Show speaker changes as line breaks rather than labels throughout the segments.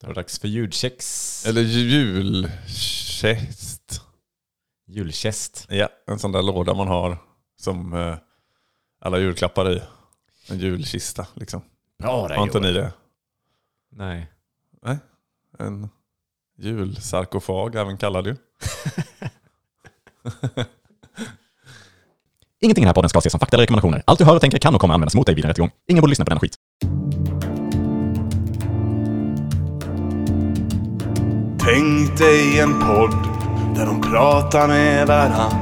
Det var dags för julkex.
Eller julkäst.
Julkäst.
Ja, en sån där låda man har som eh, alla julklappar i. En julkista liksom.
Bra där
Har inte ni det?
Nej.
En julsarkofag även kallad ju.
Ingenting i den här podden ska ses som fakta eller rekommendationer. Allt du hör och tänker kan och kommer användas mot dig vid en rättegång. Ingen borde lyssna på denna skit.
Tänk dig en podd där de pratar med varann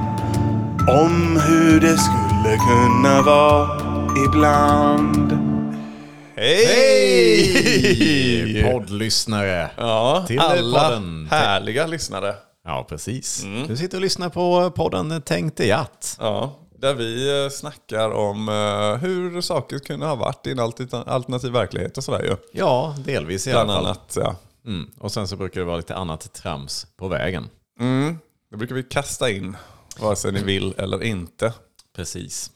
om hur det skulle kunna vara ibland.
Hej!
Poddlyssnare.
Ja,
Till
alla
podden.
härliga lyssnare.
Ja, precis.
Mm.
Du sitter och lyssnar på podden Tänk dig att.
Ja, där vi eh, snackar om eh, hur saker kunde ha varit i en alti- alternativ verklighet och sådär ju.
Ja, delvis i
Bland
alla fall.
annat, ja.
Mm. Och sen så brukar det vara lite annat trams på vägen.
Det brukar vi kasta in, vare sig ni vill eller inte.
Precis.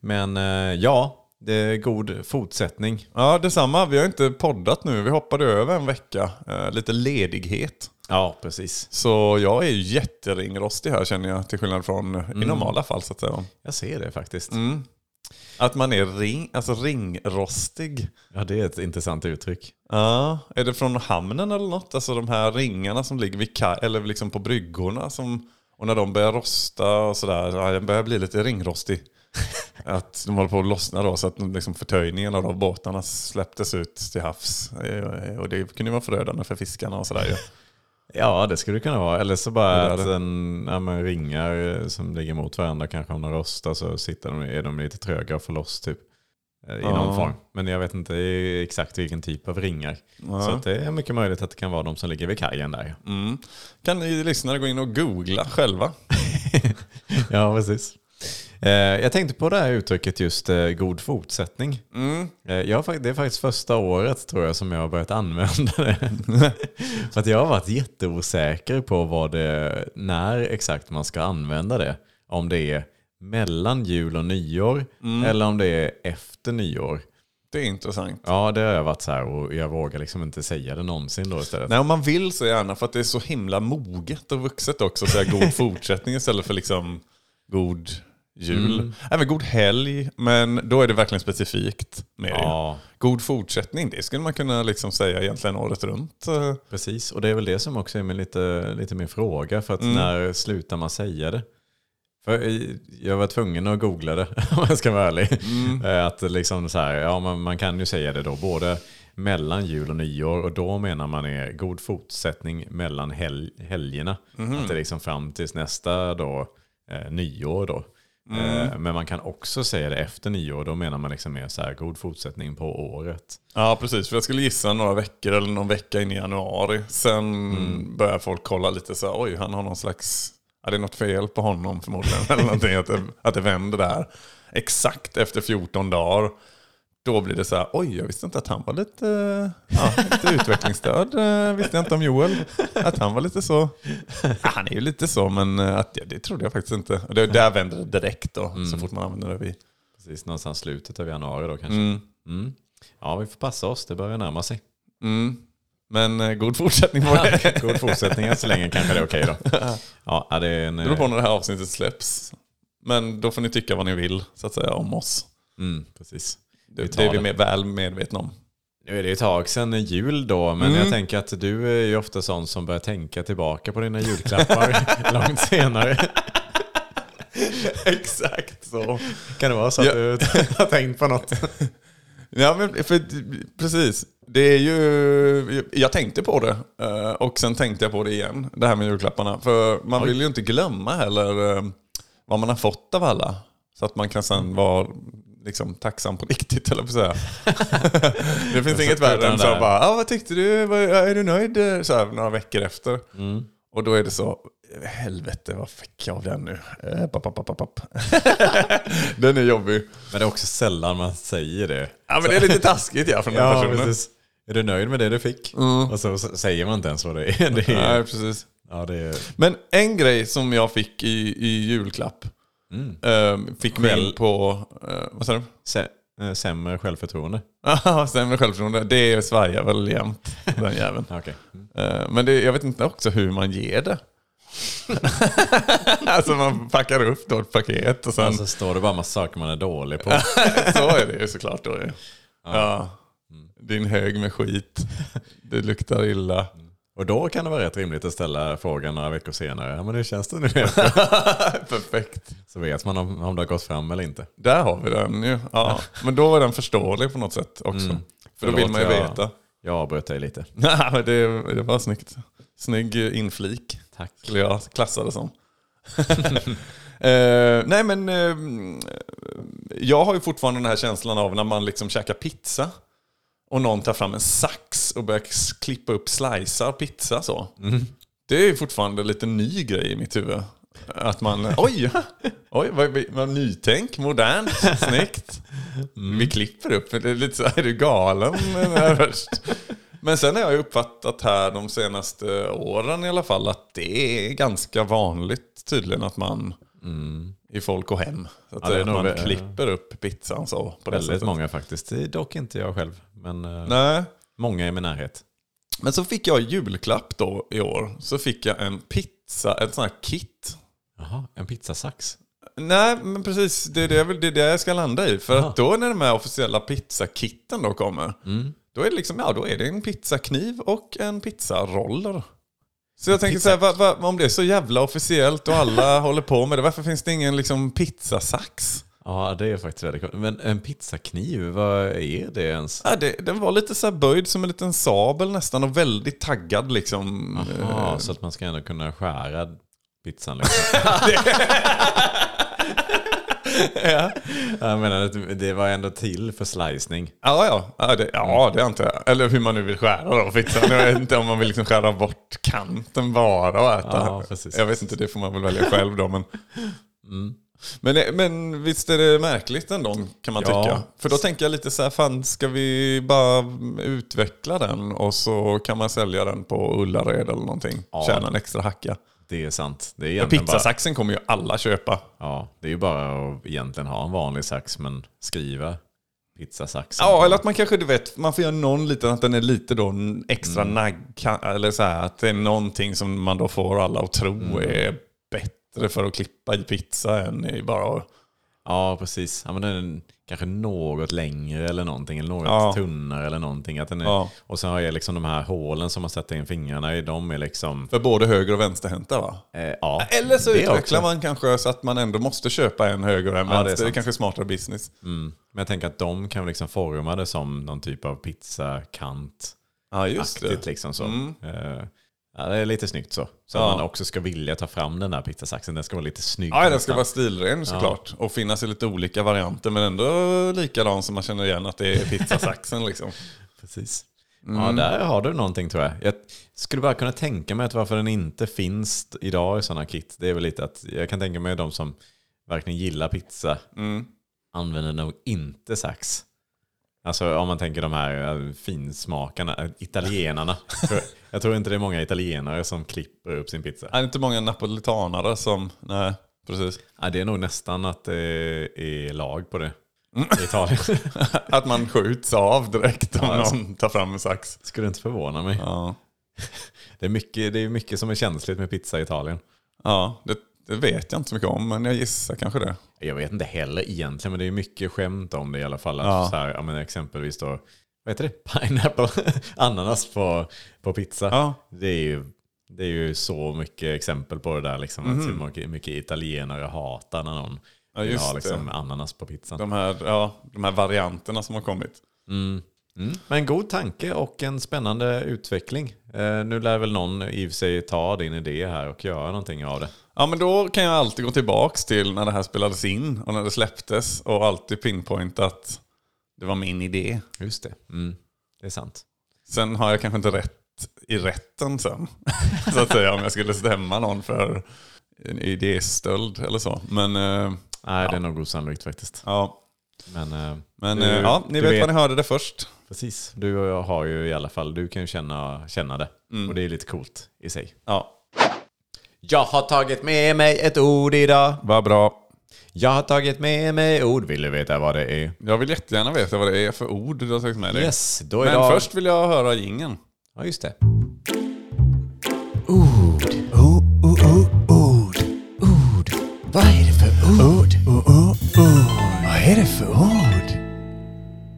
Men eh, ja, det är god fortsättning.
Ja, detsamma. Vi har inte poddat nu. Vi hoppade över en vecka. Eh, lite ledighet.
Ja, precis.
Så jag är ju jätteringrostig här känner jag, till skillnad från i normala fall så att säga.
Jag ser det faktiskt.
Mm. Att man är ring, alltså ringrostig.
Ja, det är ett intressant uttryck.
Ja, är det från hamnen eller något? Alltså de här ringarna som ligger vid kaj, eller liksom på bryggorna som, och när de börjar rosta och sådär, ja, jag börjar bli lite ringrostig. att de håller på att lossna då så att de liksom förtöjningen av de båtarna släpptes ut till havs. Eh, Och det kunde ju vara förödande för fiskarna och sådär ju.
Ja, det skulle det kunna vara. Eller så bara
Det är
att
det.
en, ja, men ringar eh, som ligger mot varandra, kanske om de rostar så alltså sitter de, är de lite tröga att få loss typ. Eh, I någon
Ja.
form. Men jag vet inte exakt vilken typ av ringar. Så att det är mycket möjligt att det kan vara de som ligger vid kajen där.
mm. Kan ni lyssnare gå in och googla själva?
ja, precis. Eh, jag tänkte på det här uttrycket just eh, god fortsättning. Eh, jag har, fakt- det är faktiskt första året tror jag som jag har börjat använda det. För att jag har varit jätteosäker på vad det, när exakt man ska använda det. Om det är mellan jul och nyår eller om det är efter nyår.
Det är intressant.
Ja, det har jag varit så här och jag vågar liksom inte säga det någonsin då istället.
Nej, om man vill så gärna för att det är så himla moget och vuxet också. Så jag god fortsättning istället för liksom god jul. Även god helg, men då är det verkligen specifikt med det.
Ja,
God fortsättning, det skulle man kunna liksom säga egentligen året runt. Eh,
Precis, och det är väl det som också är min lite, lite min fråga. För att när slutar man säga det? För i- jag var tvungen att googla det, om jag ska vara ärlig. Eh, Att liksom så här, ja, man, man kan ju säga det då, både mellan jul och nyår. Och då menar man är god fortsättning mellan hel, helgerna. Att det är liksom fram tills nästa då, eh, nyår. Då. Eh, men man kan också säga det efter nyår. Då menar man liksom mer så här, god fortsättning på året.
Ja, precis. För jag skulle gissa några veckor eller någon vecka in i januari. Sen börjar folk kolla lite så här, oj, han har någon slags... Ja, det är något fel på honom förmodligen. eller någonting, att det, att det vänder där. Exakt efter 14 dagar. Då blir det så här, oj, jag visste inte att han var lite, eh, ja, lite utvecklingsstörd. eh, Visste jag inte om Joel. Att han var lite så. Ja, han är ju lite så, men eh, att, ja, det trodde jag faktiskt inte. Och det, där vänder det direkt då, så fort man använder det vid.
Precis, någonstans slutet av januari då kanske. Mm. Ja, vi får passa oss. Det börjar närma sig.
Men eh, god fortsättning på det.
God fortsättning än så länge kanske det är okej då. Ja, ja, det är en...
Det beror på när det här avsnittet släpps. Men då får ni tycka vad ni vill, så att säga, om oss.
Mm, precis.
Det,
Vi
det
tar
är vi
det.
med, väl medvetna om.
Nu är det ju ett tag sedan jul då, men jag tänker att du är ju ofta sån som börjar tänka tillbaka på dina julklappar långt senare.
Exakt så.
Kan det vara så att
Ja.
du har tänkt på något?
Ja, men för, precis. Det är ju, jag tänkte på det eh, och sen tänkte jag på det igen, det här med julklapparna. För man vill ju inte glömma heller eh, vad man har fått av alla. Så att man kan sen vara liksom, tacksam på riktigt, eller på säga. det finns inget värre
utan
än
det
så
där.
bara, ah, vad tyckte du? Vad- Är du nöjd? Så här, några veckor efter. Och då är det så, helvete vad fick jag av den nu? Eh, papp, papp, papp, papp. den är jobbig.
Men det är också sällan man säger det.
Ja men det är lite taskigt ja från den
Ja,
personen.
precis. Mm. Är du nöjd med det du fick? Och så s- säger man inte ens vad det är. Det är,
Nej, precis.
ja, det är
Men en grej som jag fick i, i julklapp. ehm, fick mig
Själv-
in på... eh, vad sa du?
Sä- eh, sämre självförtroende.
Ja, sämre självförtroende. Det svajar väl jämt, den jäveln.
Okay.
Eh, Men det, jag vet inte också hur man ger det. alltså man packar upp då ett paket och sen
Och så står det bara massa saker man är dålig på.
så är det ju såklart. Då. Ja. Ja. Din hög med skit. Det luktar illa.
Och då kan det vara rätt rimligt att ställa frågan några veckor senare. Ja, men hur känns det nu?
Perfekt.
så vet man om, om det har gått fram eller inte.
Där har vi den ju. Ja. Men då är den förståelig på något sätt också. För då
Förlåt,
vill man ju
jag-
veta.
Jag avbröt dig lite.
Nej, men det, det var snyggt. Snygg inflik.
Tack.
skulle jag klassa det som. Eh, nej men eh, jag har ju fortfarande den här känslan av när man liksom käkar pizza och någon tar fram en sax och börjar s- klippa upp slicear pizza så. Det är fortfarande lite ny grej i mitt huvud. Att man, oj, oj vad, vad, vad nytänk, modernt, snyggt. Mm. Vi klipper upp, det är lite så här, är du galen eh, först? Men sen har jag uppfattat här de senaste åren i alla fall att det är ganska vanligt tydligen att man i folk och hem. Så att
Mm. Ja, det är
eh,
nog
man
vä-
klipper upp pizzan så. På det
Väldigt
sättet.
många faktiskt. Det är dock inte jag själv. Men eh,
Nej.
många i min närhet.
Men så fick jag i julklapp då i år. Så fick jag en pizza, ett sånt här kit.
Jaha, en pizzasax.
Nej, men precis. Det är det, jag vill- det, är det jag ska landa i. För
Aha.
att då när de här officiella pizzakitten då kommer. Då är det liksom, ja då är det en pizzakniv och en pizzaroller. Så jag tänker så här, va, va, om det är så jävla officiellt och alla håller på med det, varför finns det ingen liksom pizzasax?
Ja, det är faktiskt väldigt kul. Men en pizzakniv, vad är det ens?
Ja, det, den var lite så här böjd som en liten sabel nästan och väldigt taggad liksom.
Jaha, så att man ska ändå kunna skära pizzan liksom. ja. Jag menar, att det var ändå till för slicing.
Ja, ja. Ja, det,
Mm.
ja, det antar jag. Eller hur man nu vill skära då. Fixar. Jag vet inte om man vill liksom skära bort kanten bara och äta.
Ja, precis. Mm.
jag vet inte, det får man väl välja själv då. Men, men, eh, men visst är det märkligt ändå kan man
Ja.
tycka. För då tänker jag lite så här, fan ska vi bara utveckla den och så kan man sälja den på Ullared eller någonting. Tjäna en extra hacka.
Det är sant. Det är
Men
egentligen bara,
pizzasaxen kommer ju alla köpa.
ja, det är ju bara att egentligen ha en vanlig sax, men skriva pizzasaxen.
Ja, eller att man kanske, du vet, man får göra någon liten, att den är lite då en extra
Mm.
nagg, eller så här, att det är någonting som man då får alla att tro
Mm.
är bättre för att klippa i pizza än i bara...
Ja, precis. Ja, men den är kanske något längre eller någonting, eller något
Ja.
tunnare eller någonting. Att den är,
Ja.
Och sen har jag liksom de här hålen som man sätter in fingrarna i, de är liksom...
För både höger och vänsterhänta va?
Eh, ja.
Eller så
Det
utvecklar
också.
man kanske så att man ändå måste köpa en höger och en
det är
vänster. det, är
sant.
kanske smartare business.
Mm. Men jag tänker att de kan liksom forma det som någon typ av pizzakant.
Ja, just
aktigt
det.
liksom så.
Mm.
Eh, ja, det är lite snyggt så. Så
Ja.
att man också ska vilja ta fram den där pizzasaxen. Den ska vara lite snygg.
Ja, den ska
nästan.
vara stilren såklart. Och finnas i lite olika varianter, men ändå likadan som man känner igen att det är pizzasaxen liksom.
Precis. Ja, där har du någonting tror jag. Jag skulle bara kunna tänka mig att varför den inte finns idag i sådana kit. Det är väl lite att jag kan tänka mig de som verkligen gillar pizza använder nog inte sax. Alltså om man tänker de här eh, finsmakarna, eh, italienarna. Tror- jag tror inte det är många italienare som klipper upp sin pizza.
Det är inte många napolitanare som... Nej, precis.
Ja, det är nog nästan att det är lag på det. I Italien.
Att man skjuts av direkt om
Ja, alltså.
någon tar fram en sax.
Skulle inte förvåna mig.
Ja,
Det, är mycket, det är mycket som är känsligt med pizza i Italien.
ja det, det vet jag inte så mycket om, men jag gissar kanske det.
Jag vet inte heller egentligen, men det är mycket skämt om det i alla fall. Att
Ja.
så här, ja, men exempelvis då, vad heter det? Pineapple, ananas på, på pizza.
Ja.
Det, är ju, det är ju så mycket exempel på det där. Liksom, att hur mycket, mycket italienare hatar när någon
Mhm. Ja,
vill
just
ha
det.
liksom, ananas på pizzan.
De här, ja, de här varianterna som har kommit.
Mm. Men god tanke och en spännande utveckling. Eh, nu lär väl någon i och för sig ta din idé här och göra någonting av det.
Ja, men då kan jag alltid gå tillbaka till när det här spelades in och när det släpptes och alltid pinpointa att det var min idé.
Just det. Mm. Det är sant.
Sen har jag kanske inte rätt i rätten sen, så att säga, om jag skulle stämma någon för en idéstöld eller så. Men, eh,
Nej, det är nog osannolikt faktiskt.
ja.
Men, eh,
Men
du-
eh, ja, ni
du
vet, var ni hörde det först.
Precis. Du och jag har ju i alla fall, du kan ju känna, känna det. Och det är lite coolt i sig.
Ja.
Jag har tagit med mig ett ord idag.
Vad bra.
Jag har tagit med mig ord. Vill du veta vad det är?
Jag vill jättegärna veta vad det är för ord du har tagit med dig.
Yes, då är
Men
det...
först vill jag höra gingen.
Ja, just det.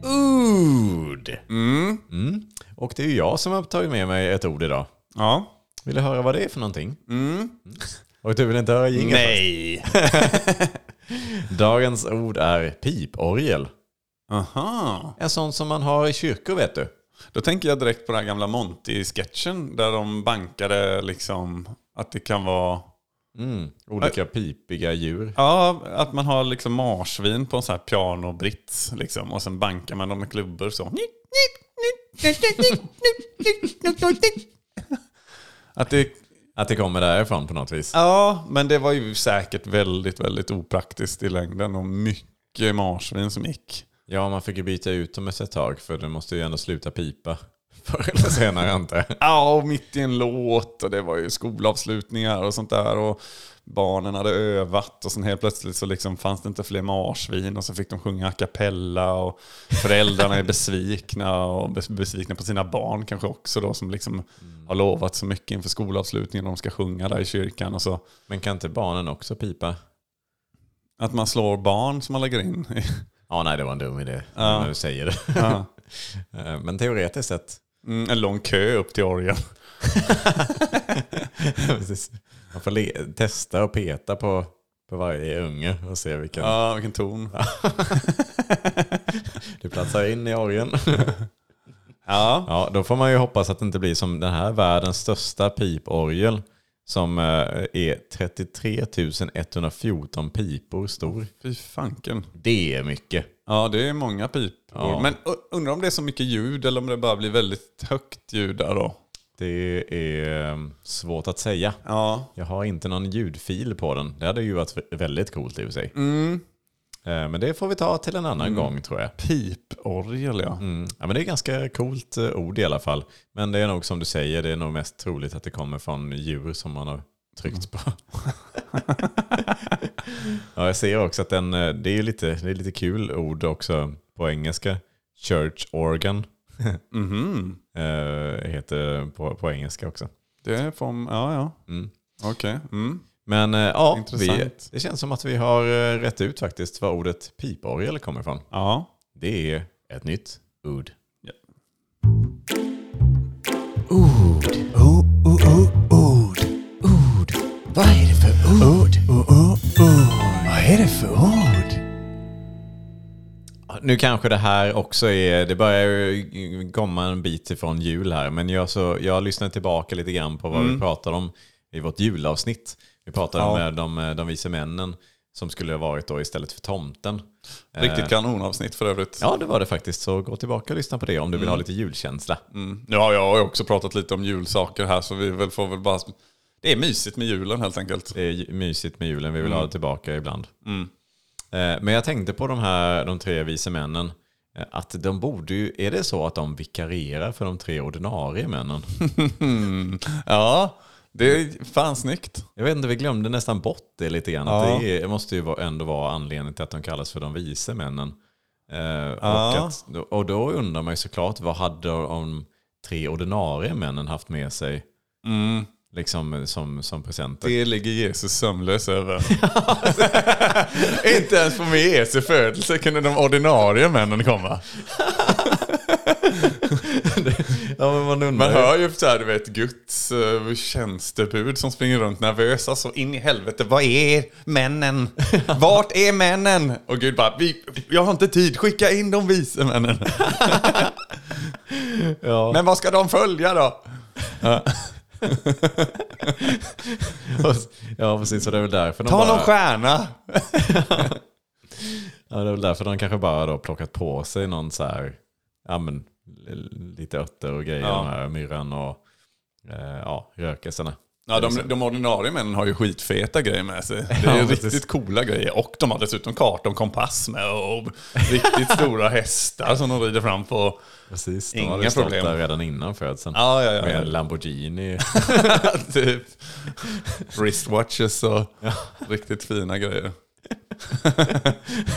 Ord. Mm. Och det är ju jag som har tagit med mig ett ord idag.
Ja.
Vill du höra vad det är för någonting? Mm. Och du vill inte höra jingeln?
Nej.
Dagens ord är piporgel.
Aha.
En sån som man har i kyrkor vet du.
Då tänker jag direkt på den här gamla Monty-sketchen där de bankade liksom att det kan vara...
Olika pipiga djur.
Ja, att man har liksom marsvin på en sån här pianobrits liksom och sen bankar man dem med klubbor så. Att det,
Att det kommer därifrån på något vis.
ja, men det var ju säkert väldigt, väldigt opraktiskt i längden och mycket marsvin som gick.
Ja, man fick ju byta ut dem efter ett tag för de måste ju ändå sluta pipa. Förr eller senare antar jag.
Ja, och mitt i en låt och det var ju skolavslutningar och sånt där. Och barnen hade övat och sen helt plötsligt så liksom fanns det inte fler marsvin och så fick de sjunga a cappella och föräldrarna är besvikna och bes- besvikna på sina barn kanske också då som liksom har lovat så mycket inför skolavslutningen och de ska sjunga där i kyrkan och så.
Men kan inte barnen också pipa?
Att man slår barn som man lägger in.
Ja, nej det var en dum idé
Ja.
när du säger det.
Ja.
Eh, Men teoretiskt sett.
Mm, en lång kö upp till orgeln.
Precis. man får le- testa och peta på, på varje unge och se vilken
Ja, vilken ton.
du platsar in i orgeln.
Ja.
Ja, då får man ju hoppas att det inte blir som den här världens största piporgel som eh, är 33 114 pipor stor.
Fy fanken.
Det är mycket.
Ja, det är många pipor.
Ja.
Men u- undrar om det är så mycket ljud eller om det bara blir väldigt högt ljud där då.
Det är eh, svårt att säga.
Ja.
Jag har inte någon ljudfil på den. Det hade ju varit väldigt coolt i och för sig. Eh, Men det får vi ta till en annan gång tror jag.
Piporgel ja.
Mm. Ja, men det är ganska coolt eh, ord i alla fall. Men det är nog som du säger, det är nog mest troligt att det kommer från djur som man har tryckt på. ja, jag ser också att den, eh, det är ju lite, det är lite kul ord också på engelska. Church organ
Mhm.
eh, heter på, på engelska också.
Det är från, ja ja.
Mm.
Okej. Mm.
Men eh, ja, vi,
Intressant.
det känns som att vi har eh, rätt ut faktiskt var ordet piporgel kommer ifrån.
Ja.
Det är ett nytt ord. Ja, Nu kanske det här också är, det börjar ju komma en bit ifrån jul här, men jag, så, jag lyssnade tillbaka lite grann på vad vi pratade om i vårt julavsnitt. Vi pratade
Mm. Ja.
om eh, de, de vise männen som skulle ha varit då istället för tomten.
Riktigt kanonavsnitt för övrigt.
Ja, det var det faktiskt, så gå tillbaka och lyssna på det om du vill ha lite julkänsla.
Mm. Nu har jag ju också pratat lite om julsaker här så vi väl får väl bara... Det är mysigt med julen helt enkelt.
Det är ju- mysigt med julen, vi vill ha det tillbaka ibland.
Mm.
Eh, Men jag tänkte på de här, de tre vise männen, eh, att de borde ju, är det så att de vikarierar för de tre ordinarie männen?
Ja, det är fan snyggt.
Jag vet inte, vi glömde nästan bort det lite grann.
Ja.
Att det är- måste ju vara- ändå vara anledningen till att de kallas för de vise männen. Eh,
Ja.
och, att, och då undrar man ju såklart, vad hade de tre ordinarie männen haft med sig
Mm.
liksom, som, som presenter?
Det ligger Jesus sömnlös över. Inte ens på min Jesu födelse kunde de ordinarie männen komma.
Ja, men man undrar
Man
ju.
hör ju så här, du vet, Guds uh, tjänstebud som springer runt nervösa så in i helvete. Vad är männen? Vart är männen? Och Gud bara, vi, jag har inte tid, skicka in de vise männen.
Ja.
Men vad ska de följa då?
ja, precis. Så det är väl därför de
Ta någon
bara...
stjärna.
Ja, det är väl därför de kanske bara då plockat på sig någon så här, ja men l- lite örter och grejer,
Ja.
den här myrran och eh, ja, rökelserna.
Ja, de, de ordinarie männen har ju skitfeta grejer med sig. Det är
Ja,
ju
precis.
riktigt coola grejer. Och de har dessutom karta och kompass med och riktigt stora hästar som de rider fram på.
Precis, de
Inga
hade ju stått
problem.
där redan innan födseln.
Ja, ja, ja.
Med en Lamborghini.
typ wristwatches och riktigt fina grejer.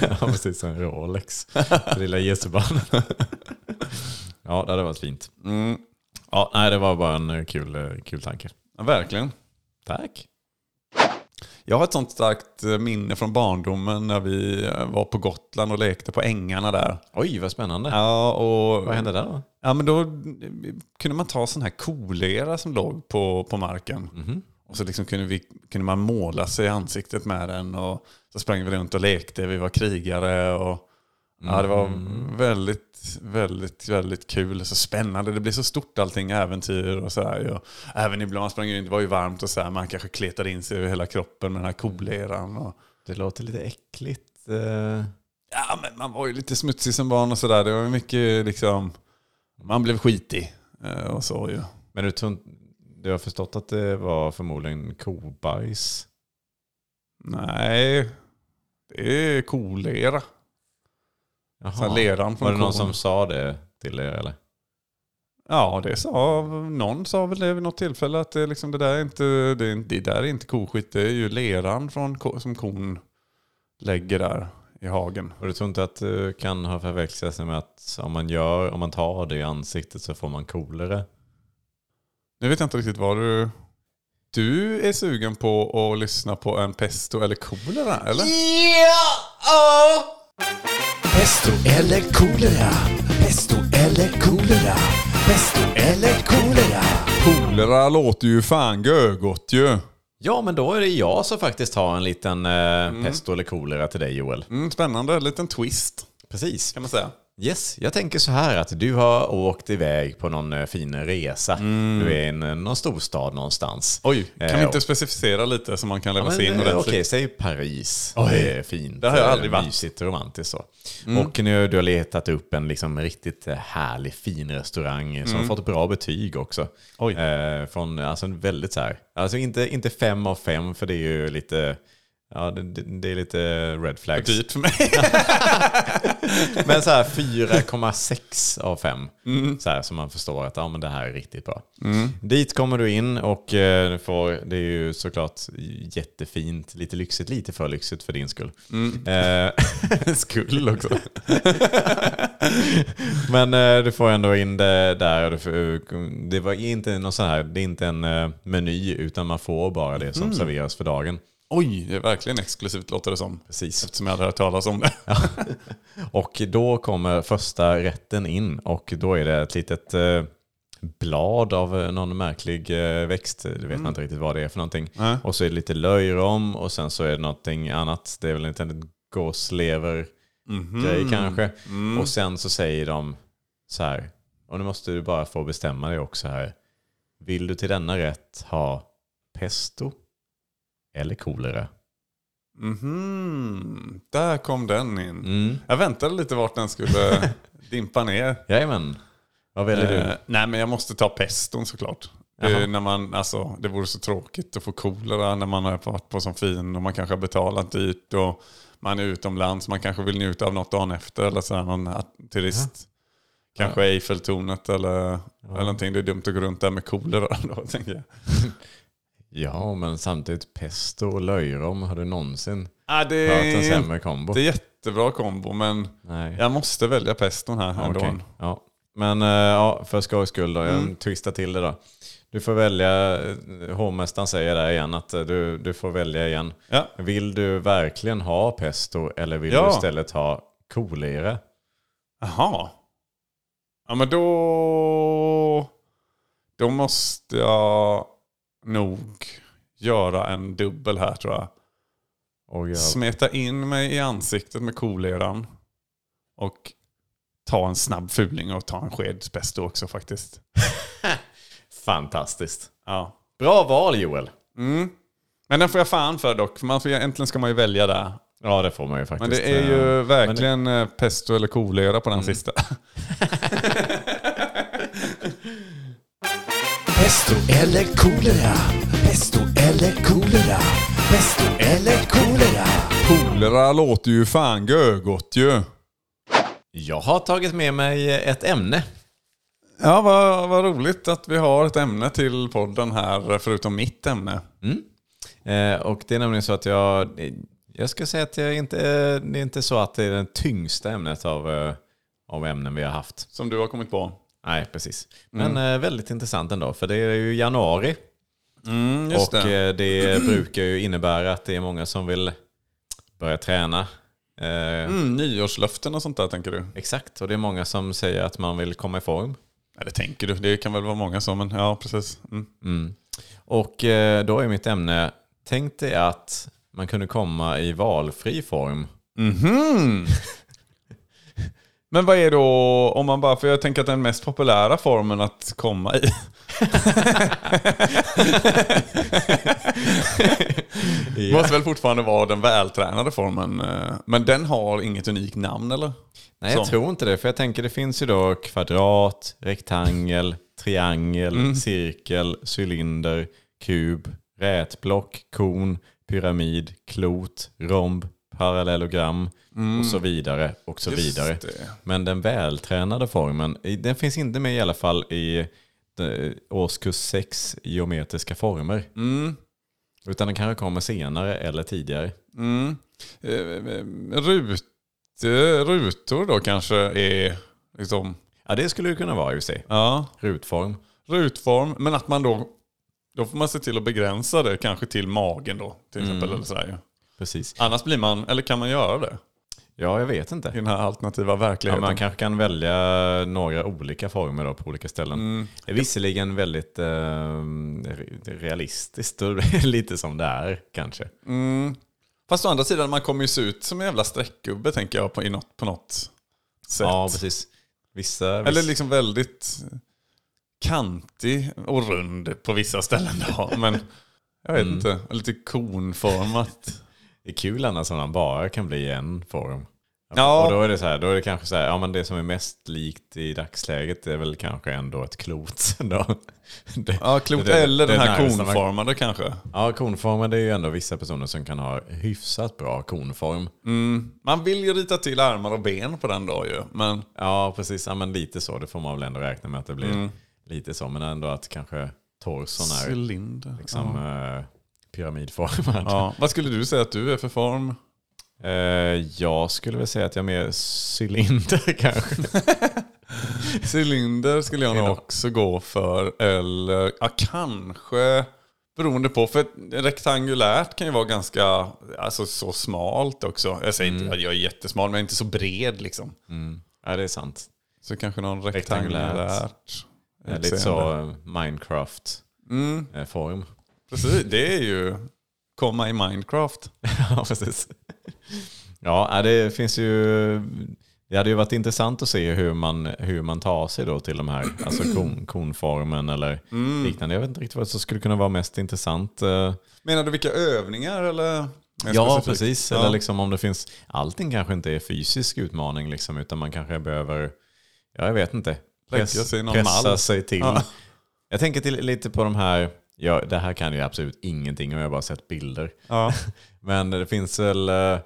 ja, precis. En Rolex. Det lilla Jesubarnet. ja, det hade varit fint.
Mm.
Ja, nej, det var bara en eh, kul, eh, kul tanke.
Ja, verkligen.
Tack.
Jag har ett sånt starkt eh, minne från barndomen när vi eh, var på Gotland och lekte på ängarna där.
Oj, vad spännande. Mm.
Ja, och,
Vad hände där då?
Ja, men då eh, kunde man ta sån här kolera som låg på, på marken. Och så liksom kunde, vi, kunde man måla sig i ansiktet med den. Och så sprang vi runt och lekte, vi var krigare. Och, ja, det var
Mhm.
väldigt, väldigt, väldigt kul. Så spännande, det blir så stort allting, äventyr och sådär. Och även ibland man sprang in, det var ju varmt och sådär, man kanske kletade in sig över hela kroppen med den här koleran. Och,
Det låter lite äckligt. eh.
Ja, men man var ju lite smutsig som barn och sådär. Det var ju mycket liksom... Man blev skitig eh, och så ju.
Men du, tror inte- du har förstått att det var förmodligen kobajs?
Nej, det är kolera.
Jaha.
Sen leran från
Var det någon
kon.
som sa det till er eller?
Ja, det sa någon sa väl det vid något tillfälle att det, liksom, det där är inte, det, är inte- det där är inte koskit. Det är ju leran från, ko- som kon lägger där i hagen.
Och du tror inte att du kan ha förväxlat sig med att om man gör, om man tar det i ansiktet så får man coolare?
Nu vet jag inte riktigt vad du... Du är sugen på att lyssna på en pesto eller kolera, eller?
Pesto eller kolera? Pesto eller kolera? Pesto eller kolera?
Kolera låter ju fan gögott ju.
Ja, men då är det jag som faktiskt har en liten eh, pesto eller kolera till dig Joel.
Mm, spännande, liten twist
Precis.
kan man säga.
Yes, jag tänker så här att du har åkt iväg på någon eh, fin resa. Du är i en, eh, någon storstad någonstans.
Mm. Oj, kan
Eh,
vi inte specificera lite så man kan lämna
Men,
sig in
eh, Okej,
ordentligt?
säg Paris.
Oj.
Det är fint.
Där har jag
eh,
aldrig varit. Mm.
Mysigt, romantiskt så. Och nu har du letat upp en liksom riktigt eh, härlig fin restaurang som har fått bra betyg också.
Mm. Oj.
Eh, från, alltså en väldigt så här, alltså inte, inte fem av fem för det är ju lite, ja det, det det är lite red flags.
Dyrt Typ för mig.
Men så här 4,6 av 5. Så här som man förstår att ja, men det här är riktigt bra. Dit kommer du in och eh, du får, det är ju såklart jättefint, lite lyxigt, lite för lyxigt för din skull. Eh, skull också. men eh, du får ändå in det där. och Du får, eh, det var inte någon så här, det är inte en eh, meny utan man får bara det som serveras för dagen.
Oj, det är verkligen exklusivt låter det som.
Precis.
Eftersom jag hade hört talas om det.
Och då kommer första rätten in och då är det ett litet eh, blad av eh, någon märklig eh, växt. Det vet man inte riktigt vad det är för någonting.
Nej.
Och så är det lite löjrom och sen så är det någonting annat. Det är väl en liten gåslever-grej
Mhm. Mm.
kanske. Och sen så säger de så här. Och nu måste du bara få bestämma dig också här. Vill du till denna rätt ha pesto eller kolera?
Mhm, där kom den in.
Mm.
Jag väntade lite vart den skulle dimpa ner.
Jajamän. Vad väljer du?
Eh, nej, men jag måste ta peston såklart. Det, är när man, alltså, det vore så tråkigt att få kolera när man har varit på sån fin och man kanske har betalat dyrt och man är utomlands. Man kanske vill njuta av något dagen efter eller sådär, någon att- turist. Kanske Eiffeltornet eller, eller någonting. Det är dumt att gå runt där med kolera då tänker jag.
Ja, men samtidigt pesto och löjrom har du någonsin
Ah, det,
hört en
är,
sämre kombo?
det är jättebra kombo men
Nej.
jag måste välja peston här ändå. Mm.
Okej. ja. Men eh, ja, för skojs skull då, jag twistar till det då. Du får välja, eh, hovmästaren säger där igen att eh, du, du får välja igen.
Ja.
Vill du verkligen ha pesto eller vill
Ja.
du istället ha kolera?
Jaha. Ja men då... Då måste jag nog göra en dubbel här tror jag.
Och jag,
Smeta in mig i ansiktet med koleran. Och ta en snabb fuling och ta en sked pesto också faktiskt.
fantastiskt.
Ja. Mm.
Bra val Joel.
Men den får jag fan för dock. För man får, äntligen ska man ju välja där.
Ja, det får man ju
Men
faktiskt.
det Mm.
eh,
är ju verkligen eh, pesto eller kolera på den sista.
Pesto eller kolera? Pesto eller kolera? Pesto eller kolera?
Kolera låter ju fan gögott ju.
Jag har tagit med mig ett ämne.
Ja, vad, vad roligt att vi har ett ämne till podden här, förutom mitt ämne.
Eh, och det är nämligen så att jag, Jag ska säga att jag inte, eh, det är inte så att det är det tyngsta ämnet av, eh, av ämnen vi har haft.
Som du har kommit på.
Nej, precis. Men
Mm.
eh, väldigt intressant ändå, för det är ju januari.
Mm, just
och
det.
eh, det brukar ju innebära att det är många som vill börja träna. Eh,
Mm, nyårslöften och sånt där tänker du?
Exakt, och det är många som säger att man vill komma i form.
Eller tänker du? Det kan väl vara många som, men ja precis. Mm.
Och eh, då är mitt ämne, tänk dig att man kunde komma i valfri form.
Mhm. Men vad är då, om man bara, för jag tänker att den mest populära formen att komma i. Måste väl fortfarande vara den vältränade formen. eh, Men den har inget unikt namn eller?
Nej, jag
Så.
tror inte det. För jag tänker det finns ju då kvadrat, rektangel, triangel,
Mm.
cirkel, cylinder, kub, rätblock, kon, pyramid, klot, romb, parallellogram och så vidare. Och så
Mm. Just
vidare.
det.
Men den vältränade formen, i- den finns inte med i alla fall i eh, årskurs 6 geometriska former.
Mm,
Utan den kanske kommer senare eller tidigare.
Eh, eh, Rut, eh, rutor då kanske är liksom,
Ja, det skulle det kunna vara i och för sig.
ja,
Rutform.
rutform. Men att man då, då får man se till att begränsa det kanske till magen då. Till
Mm.
exempel eller sådär. ju.
Precis.
Annars blir man, eller kan man göra det?
Ja, jag vet
I
inte.
den här alternativa
Ja,
verkligheten.
man kanske kan välja några olika former då på olika ställen.
Mm.
Det är visserligen väldigt eh, re- realistiskt och lite som det är kanske.
Fast å andra sidan, man kommer ju se ut som en jävla streckgubbe tänker jag på, i något, på något sätt.
Ja, precis. Vissa,
Eller
viss-
liksom väldigt kantig och rund på vissa ställen då. Men jag
Mm.
vet inte, lite konformat.
Det är kul annars om man bara kan bli en form.
Ja.
Och då är det så här, då är det kanske så här, ja men det som är mest likt i dagsläget är väl kanske ändå ett klot. Då. Det-
Ja, klokt.
det- det-
Eller
det
den
är
här
närmast man-
konformade kanske.
Ja, konformen det är ju ändå vissa personer som kan ha hyfsat bra konform.
Man vill ju rita till armar och ben på den då ju. Men
Ja, precis. Ja, men lite så. Det får man väl ändå räkna med att det blir lite så. Men ändå att kanske torson är
cylinder.
liksom, eh, pyramidformad.
Ja. Vad skulle du säga att du är för form?
Eh, jag skulle väl säga att jag är mer cylinder kanske.
Cylinder skulle jag nog
Ja.
också gå för. Eller ja, kanske beroende på. För rektangulärt kan ju vara ganska alltså, så smalt också. Jag säger
Mm.
inte att jag är jättesmal, men jag är inte så bred liksom.
ja, det är sant.
Så kanske någon
Rektangulärt.
rektangulärt.
Eh, Lite så eh, Minecraft-form.
Precis, det är ju komma i Minecraft.
ja, precis. Ja, nej, det finns ju... Det hade ju varit intressant att se hur man, hur man tar sig då till de här, alltså kon, konformen eller liknande. Jag vet inte riktigt vad som skulle kunna vara mest intressant. eh,
Menar du vilka övningar eller? mer
Ja,
specifikt?
precis.
Ja.
Eller liksom om det finns, allting kanske inte är fysisk utmaning, liksom, utan man kanske behöver, ja, jag vet inte,
Lägga sig i någon
pressa
mall.
sig till.
Ja.
Jag tänker till, lite på de här, ja, det här kan ju absolut ingenting om jag har bara sett bilder.
Ja.
Men det finns väl eh,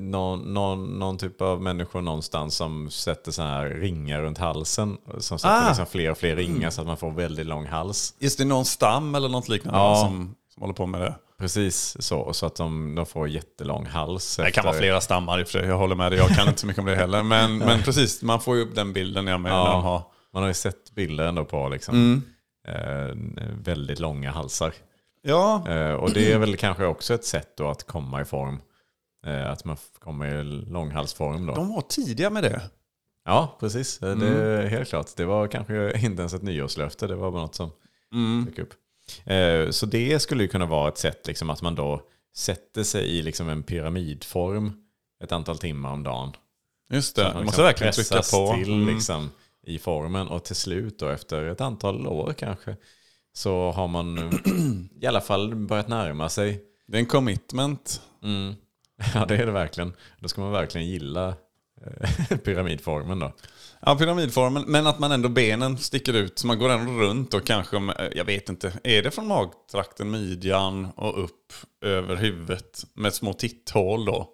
någon, någon, någon typ av människor någonstans som sätter så här ringar runt halsen. Som sätter
Ah. Mm.
liksom fler och fler ringar så att man får väldigt lång hals.
Just det, någon stam eller något liknande
Ja.
som, som håller på med det.
Precis så, så att de, de får jättelång hals.
Det kan vara
efter-
flera stammar i och för sig, jag håller med dig. Jag kan inte så mycket om det heller. Men, men precis, man får ju upp den bilden jag med. När de har.
Man har ju sett bilder ändå på liksom, eh, väldigt långa halsar.
Ja,
Eh, och det är väl kanske också ett sätt då att komma i form. Eh, att man f- kommer i långhalsform då.
de var tidiga med det.
Ja, precis. Eh, Det är helt klart. Det var kanske inte ens ett nyårslöfte. Det var bara något som dök upp. Eh, så det skulle ju kunna vara ett sätt liksom, att man då sätter sig i liksom, en pyramidform ett antal timmar om dagen.
Just det, man
Man
måste verkligen
liksom
trycka
pressas
på.
till
Mm.
liksom, i formen och till slut då efter ett antal år kanske så har man eh, i alla fall börjat närma sig.
Det är en commitment.
Ja det är det verkligen. Då ska man verkligen gilla eh, pyramidformen då.
Ja, pyramidformen. Men att man ändå benen sticker ut. Så man går ändå runt och kanske, med- jag vet inte. Är det från magtrakten, midjan och upp över huvudet? Med små titthål då.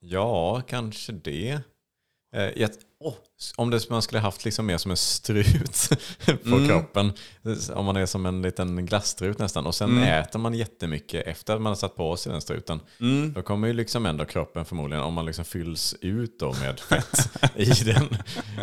Ja, kanske det. Eh, jätte- åh, s- om det, man skulle haft liksom mer som en strut på kroppen. Om man är som en liten glasstrut nästan. Och sen äter man jättemycket efter att man har satt på sig den struten. Då kommer ju liksom ändå kroppen förmodligen, om man liksom fylls ut då med fett i den.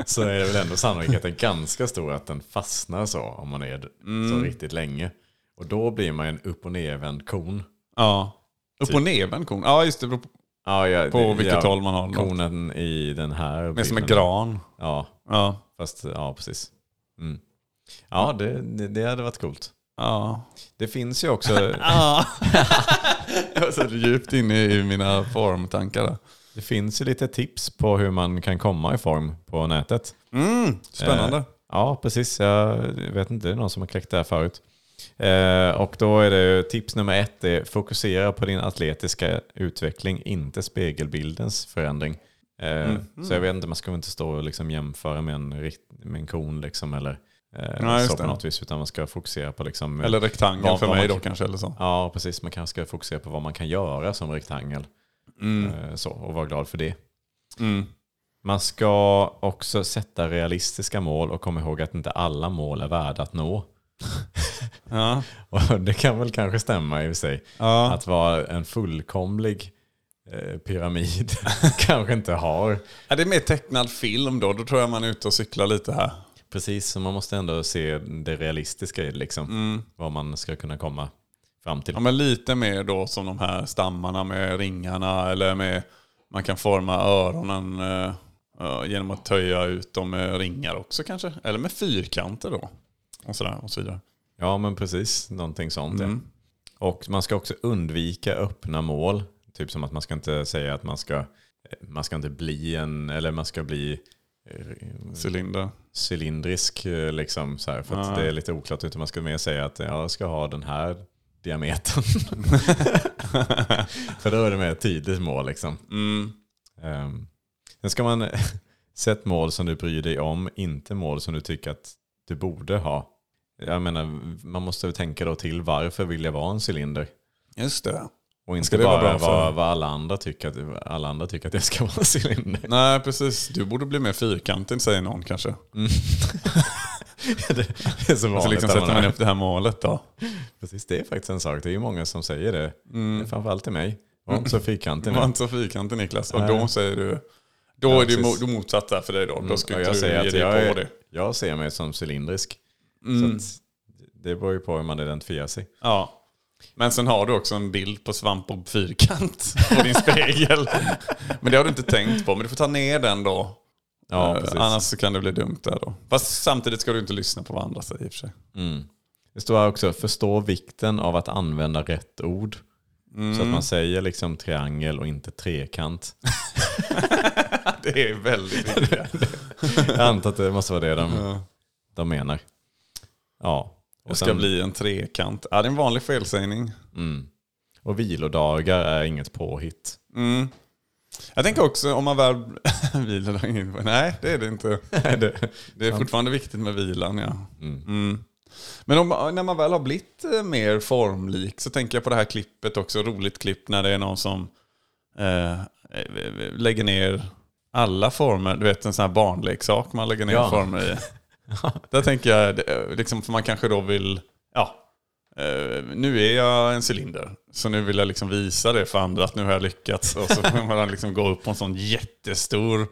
Så är det väl ändå sannolikheten ganska stor att den fastnar så. Om man är så riktigt länge. Och då blir man ju en upp och nervänd kon.
Ja. Upp
Typ.
och ner med en kon. Ja, just det. beror på-
Ja, ja,
På vilket håll man har nått.
Konen i den här.
Mer som en
bilden.
gran.
Ja,
Ja.
Fast, ja precis. Mm. Ja, det, det, det hade varit coolt.
ja.
Det finns ju också,
Jag var så djupt inne i mina formtankar där.
det finns ju lite tips på hur man kan komma i form på nätet.
Mm, Spännande.
Eh, ja, precis. Jag vet inte, det är någon som har kläckt det här förut. Eh, och då är det ju- tips nummer ett, är fokusera på din atletiska utveckling, inte spegelbildens förändring. Eh,
Mm.
Så jag vet inte, man ska väl inte stå och liksom jämföra med en, rikt- med en kon liksom, eller eh,
Nej, just
så på
det.
något vis, utan man ska fokusera på liksom,
Eller rektangel
Vad-
för
vad
mig
man-
då kanske. Eller så.
Ja, precis. Man kanske ska fokusera på vad man kan göra som rektangel. Eh, Så, och vara glad för det. Man ska också sätta realistiska mål och komma ihåg att inte alla mål är värda att nå.
Ja.
Och det kan väl kanske stämma i och för sig.
Ja.
Att vara en fullkomlig eh, pyramid kanske inte har.
Ja, det är mer tecknad film då. Då tror jag man är ute och cyklar lite här.
Precis, så man måste ändå se det realistiska i det, liksom. Vad man ska kunna komma fram till.
Ja, men lite mer då som de här stammarna med ringarna eller med man kan forma öronen eh, eh, genom att töja ut dem med ringar också kanske. Eller med fyrkanter då. Och sådär och så vidare.
Ja, men precis. Någonting sånt.
Mm.
Ja. Och man ska också undvika öppna mål. Typ som att man ska inte säga att man ska, eh, man ska inte bli en, eller man ska bli eh,
Cylinder.
cylindrisk eh, liksom så här, för att det är lite oklart utan man ska mer säga att ja, jag ska ha den här diametern. för då är det mer ett tydligt mål liksom.
Mm.
Ehm, sen ska man sätt mål som du bryr dig om, inte mål som du tycker att du borde ha. Jag menar, man måste väl tänka då till varför vill jag vara en cylinder?
Just det.
Och inte
Ska det vara
bara
bra för-
vad, vad alla, andra tycker att, alla andra tycker att jag ska vara en cylinder.
Nej, precis. Du borde bli mer fyrkantig säger någon kanske.
det, det är så vanligt.
Så liksom
att
sätter man
är-
upp det här målet då.
Precis, det är faktiskt en sak. Det är ju många som säger det.
Mm.
Framförallt till mig. Var inte så fyrkantig
Det
nu.
var inte så fyrkantig Niklas. Och då säger du... Då är det ju mo-
precis.
då motsatt där för dig då. Då ska
Och
inte
jag
du
säger
ge
att
dig
jag,
på det. Mm.
är, jag ser mig som cylindrisk. Så att det beror ju på hur man identifierar sig.
Ja. Men sen har du också en bild på svamp och fyrkant på din spegel. men det har du inte tänkt på. Men du får ta ner den då.
Ja,
Eh,
precis.
Annars så kan det bli dumt där då. Fast samtidigt ska du inte lyssna på vad andra säger i och för sig.
Det står här också, förstå vikten av att använda rätt ord. Så att
Mm.
man säger liksom triangel och inte trekant.
Det är väldigt viktigt.
Jag antar att det måste vara det de, de menar. Ja.
Det
Och,
ska
sen-
bli en trekant. Ja, det är en vanlig felsägning.
och vilodagar är inget påhitt.
Jag tänker också om man väl vilar in på. Nej, det är det inte. det, är fortfarande viktigt med vilan, ja. Mm. Men om, när man väl har blivit eh, mer formlik så tänker jag på det här klippet också. Roligt klipp när det är någon som eh, lägger ner alla former. Du vet en sån här barnleksak man lägger ner
Ja.
former i. Där tänker jag, det- liksom, för man kanske då vill, ja, eh, nu är jag en cylinder. Så nu vill jag liksom visa det för andra att nu har jag lyckats. Och så får man liksom gå upp på en sån jättestor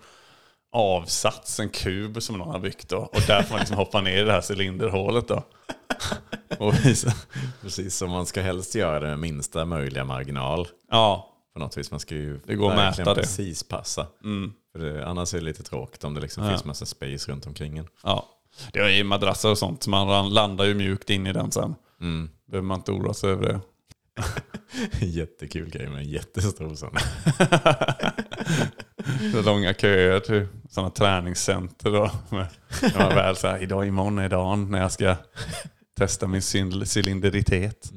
avsats, en kub som någon har byggt då. Och där får man liksom hoppa ner i det här cylinderhålet då. Och visa.
Precis, som man ska helst göra det med minsta möjliga marginal.
Ja,
På något vis, man ska ju
Det går att
verkligen
mäta det. Mm.
precis passa. För det, annars är det lite tråkigt om det liksom finns massa space runt omkring en.
ja. Det är ju madrasser och sånt, så man ran- landar ju mjukt in i den sen.
Mm.
Behöver man inte oroa sig över det.
Jättekul grej med en jättestor sån.
Det är långa köer till sådana träningscenter. Då, med, när man väl så här, idag, imorgon är dagen när jag ska testa min cyl- cylinderitet.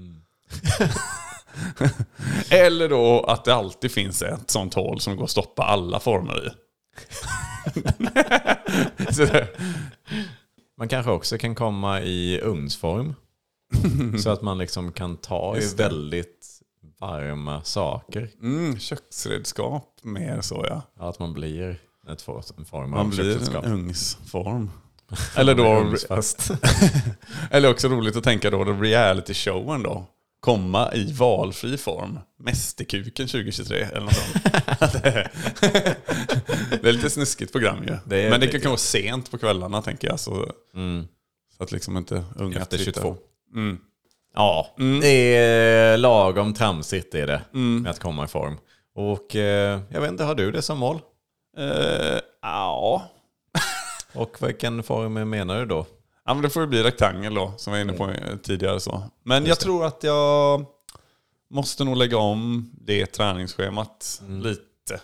Eller då att det alltid finns ett sånt hål som går att stoppa alla former i. så det,
Man kanske också kan komma i ugnsform. så att man liksom kan ta i
Just det.
väldigt varma saker.
mm, köksredskap mer så ja.
Ja, Att man blir Ett for, en form av
Man blir Mm.
köksredskap.
en ugnsform. Eller, då,
Ugnsfast.
eller också roligt att tänka då, då reality-showen då. Komma i valfri form. Mästerkuken 2023 eller något sånt. det är lite snuskigt program ju.
Det är-
Men det kan vara sent på kvällarna tänker jag. Så, så att liksom inte unga
Efter
tittar.
22. Ja,
Mm.
det är lagom tramsigt är det med att komma i form. Och eh, jag vet inte, har du det som mål?
Eh, ja.
Och vilken form menar du då?
Ja, men det får ju bli rektangel då, som jag var inne på eh,
Mm.
tidigare. Så. Men jag tror att jag måste nog lägga om det träningsschemat lite.
Mm.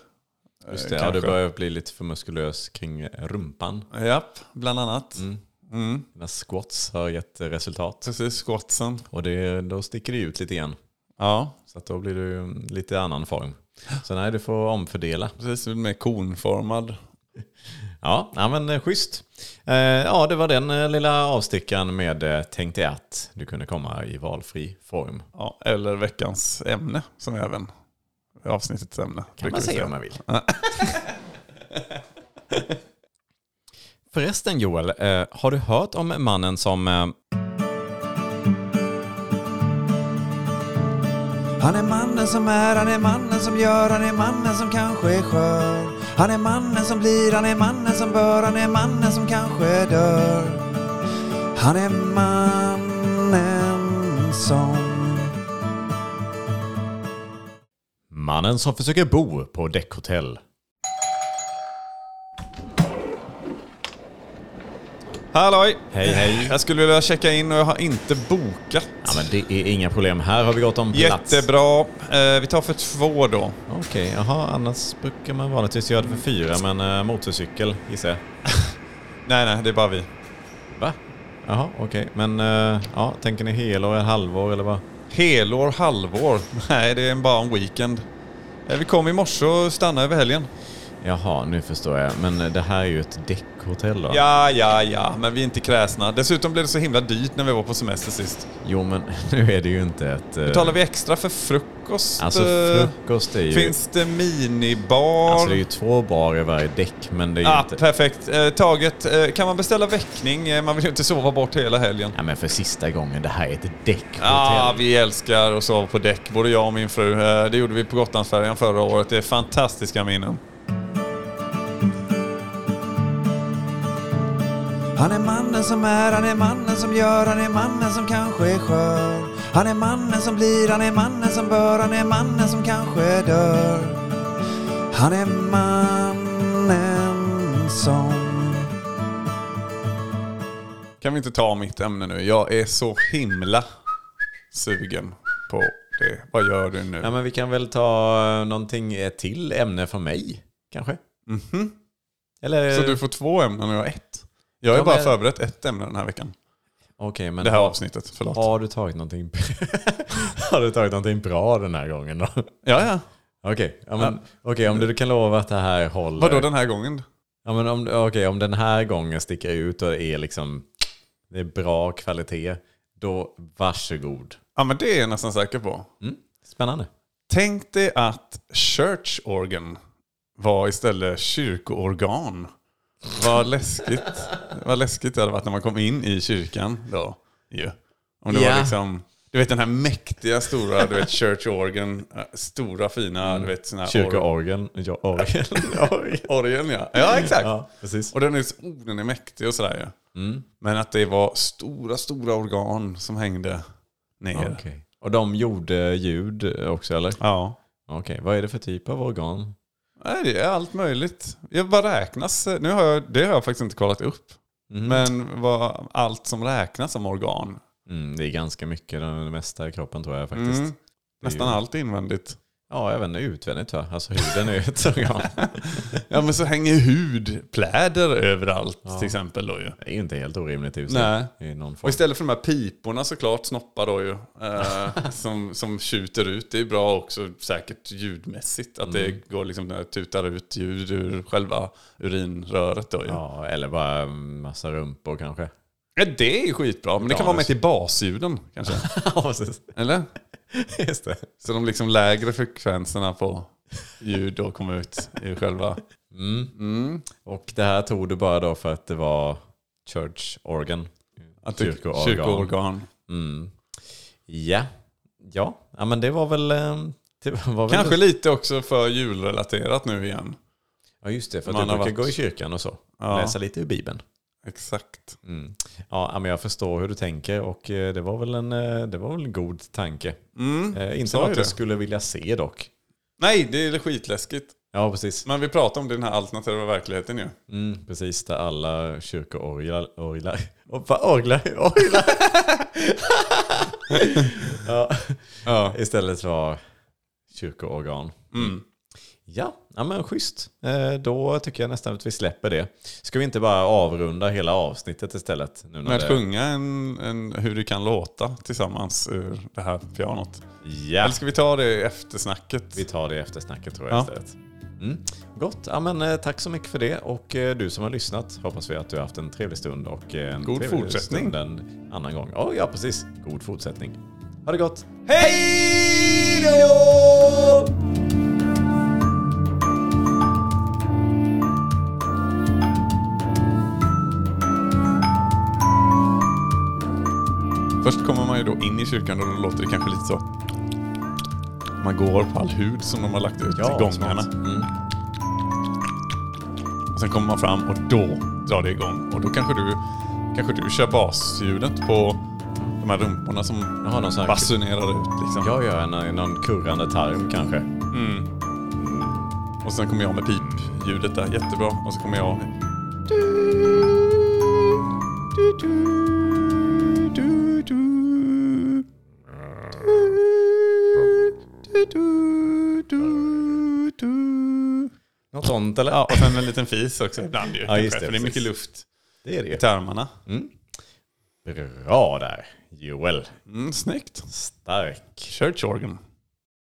Just
Eh,
det, ja,
kanske.
du börjar bli lite för muskulös kring rumpan.
Japp, bland annat.
Mm.
Mm.
Dina squats har gett resultat.
Precis, squatsen.
Och det, då sticker det ut lite igen.
Ja,
Så att då blir du lite annan form. Så nej, du får omfördela.
precis. Mer konformad.
Ja, ja men eh, schysst. Eh, ja, det var den eh, lilla avstickan med eh, tänkte att du kunde komma i valfri form.
Ja, eller veckans ämne, som är även avsnittets ämne.
kan man säga om man vill. Förresten Joel, eh, har du hört om mannen som... Eh,
Han är mannen som är, han är mannen som gör, han är mannen som kanske är skör. Han är mannen som blir, han är mannen som bör, han är mannen som kanske dör. Han är mannen som...
mannen som försöker bo på däckhotell.
Halloj!
Hej hej.
Jag skulle vilja checka in och jag har inte bokat.
Ja men det är inga problem, här har vi gått om plats.
Jättebra. Eh, vi tar för två då.
Okej, jaha annars brukar man vanligtvis göra det för fyra men eh, motorcykel gissar jag.
Nej, nej, det är bara vi.
Va? Jaha okej, men eh, ja, tänker ni helår eller halvår eller vad?
Helår, halvår? Nej, det är bara en weekend. Eh, Vi kom i morse och stannade över helgen.
Jaha, nu förstår jag. Men eh, det här är ju ett däckhotell då?
Ja, ja, ja, men vi är inte kräsna. Dessutom blev det så himla dyrt när vi var på semester sist.
Jo men nu är det ju inte ett... eh,
Betalar vi extra för frukost?
Alltså
eh,
frukost är ju...
Finns det minibar?
Alltså det är ju två bar i varje däck men det är ju
ah,
inte...
perfekt. Eh, taget. Eh, kan man beställa väckning? Eh, man vill ju inte sova bort hela helgen.
Ja men för sista gången, det här är ett däckhotell.
Ja, ah, vi älskar att sova på däck, både jag och min fru. Eh, Det gjorde vi på Gotlandsfärjan förra året. Det är fantastiska minnen.
Han är mannen som är, han är mannen som gör, han är mannen som kanske är skör. Han är mannen som blir, han är mannen som bör, han är mannen som kanske dör. Han är mannen som...
Kan vi inte ta mitt ämne nu? Jag är så himla sugen på det. Vad gör du nu?
Ja men vi kan väl ta eh, någonting eh, till ämne från mig, kanske? Mhm. Eller...
Så du får två ämnen och jag har ett. Jag har
Ja,
ju bara
men-
förberett ett ämne den här veckan.
Okej men...
Det här avsnittet, förlåt.
Har du tagit någonting... har du tagit någonting bra den här gången då?
Ja, ja.
Okej, ja, men, okej, om du, du kan lova att det här håller...
Vadå den här gången?
Ja, men om, okej, om den här gången sticker ut och är liksom det är bra kvalitet, då varsågod. Mm,
Ja, men det är jag nästan säker på.
Spännande.
Tänk dig att church organ var istället kyrkoorgan. Vad läskigt. Vad läskigt det hade varit när man kom in i kyrkan då. ju. Om det
Ja.
var liksom, du vet den här mäktiga stora, du vet church organ, äh, stora fina,
Mm.
du vet såna här or-
Kyrkoorgeln. Ja, orgel.
orgeln ja. Ja exakt.
ja, precis. Mm,
Och den är, så- oh, den är mäktig och sådär ju. Men att det var stora, stora organ som hängde ner.
Okej. Och de gjorde ljud också eller?
Ja.
Okej, vad är det för typ av organ?
Nej, det är allt möjligt. Jag bara räknas. Nu har jag, det har jag faktiskt inte kollat upp. Mhm. Men vad, allt som räknas som organ.
Mm, det är ganska mycket, det mesta i kroppen tror jag faktiskt.
Mm. Nästan allt är invändigt.
Ja, även utvändigt va? Alltså huden är ju ett organ.
Ja, men så hänger hudpläder överallt till exempel då ju.
Det är ju inte helt orimligt i och för
Nej.
sig. I någon
Och
form.
istället för de här piporna såklart, snoppar då ju, eh, som, som tjuter ut. Det är bra också säkert ljudmässigt. Att det går liksom, när det tutar ut ljud ur själva urinröret då ju.
Ja, eller bara mm, massa rumpor kanske.
Ja, det är ju skitbra, men det kan vara med till basljuden kanske.
ja, precis.
Eller?
Just det.
Så de liksom lägre frekvenserna på ljud då kommer ut i själva
Mm.
Mm.
Och det här tog du bara då för att det var church organ.
Att det-
Kyrkoorgan.
Kyrkoorgan.
Mm. Ja. ja, ja men det var väl... eh, Det var väl
Kanske lite också för julrelaterat nu igen.
Ja just det, för att
Man
du brukar
har varit-
gå i kyrkan och så.
Ja.
Läsa lite ur Bibeln.
Exakt.
Mm. Ja, ja, men jag förstår hur du tänker och eh, det var väl en, eh, det var väl en god tanke.
Mm.
Eh, inte
Sa jag
något
det?
jag skulle vilja se dock.
Nej, det är skitläskigt.
Ja, precis.
Men vi pratar om den här alternativa verkligheten ju.
Mm, precis, där alla kyrkoorglar... Orglar... Orglar? orglar, orglar. ja,
Ja.
istället var kyrkoorgan.
Mm.
Ja, ja men schysst. Eh, Då tycker jag nästan att vi släpper det. Ska vi inte bara avrunda hela avsnittet istället? Nu när
Med att
det...
sjunga en, en, hur det kan låta tillsammans ur det här pianot.
Ja,
Eller ska vi ta det i eftersnacket?
vi tar det efter snacket tror jag
Ja.
istället. Mm. Gott, ja, men, eh, tack så mycket för det och eh, du som har lyssnat hoppas vi att du har haft en trevlig stund och eh, en
God
trevlig
fortsättning.
stund en annan gång. Ja, ja, precis. God fortsättning. Ha det gott!
Hej då! Först kommer man ju då in i kyrkan och då låter det kanske lite så. Man går på all hud som de har lagt ut i gångarna.
smart. Mm.
Och sen kommer man fram och då drar det igång. Och då kanske du, kanske du kör basljudet på de här rumporna som
Jag har någon sån här...
basunerar ut liksom.
Jag gör en, eh, någon kurrande tarm kanske.
Och sen kommer jag med pipljudet där, jättebra. Och så kommer jag...
Något sånt eller?
Ja, och sen en liten fis också ibland ju.
Ja, just det,
för det är mycket
precis.
luft
Det är det
i tarmarna.
Bra där, Joel.
Mm, snyggt.
Stark.
Church organ.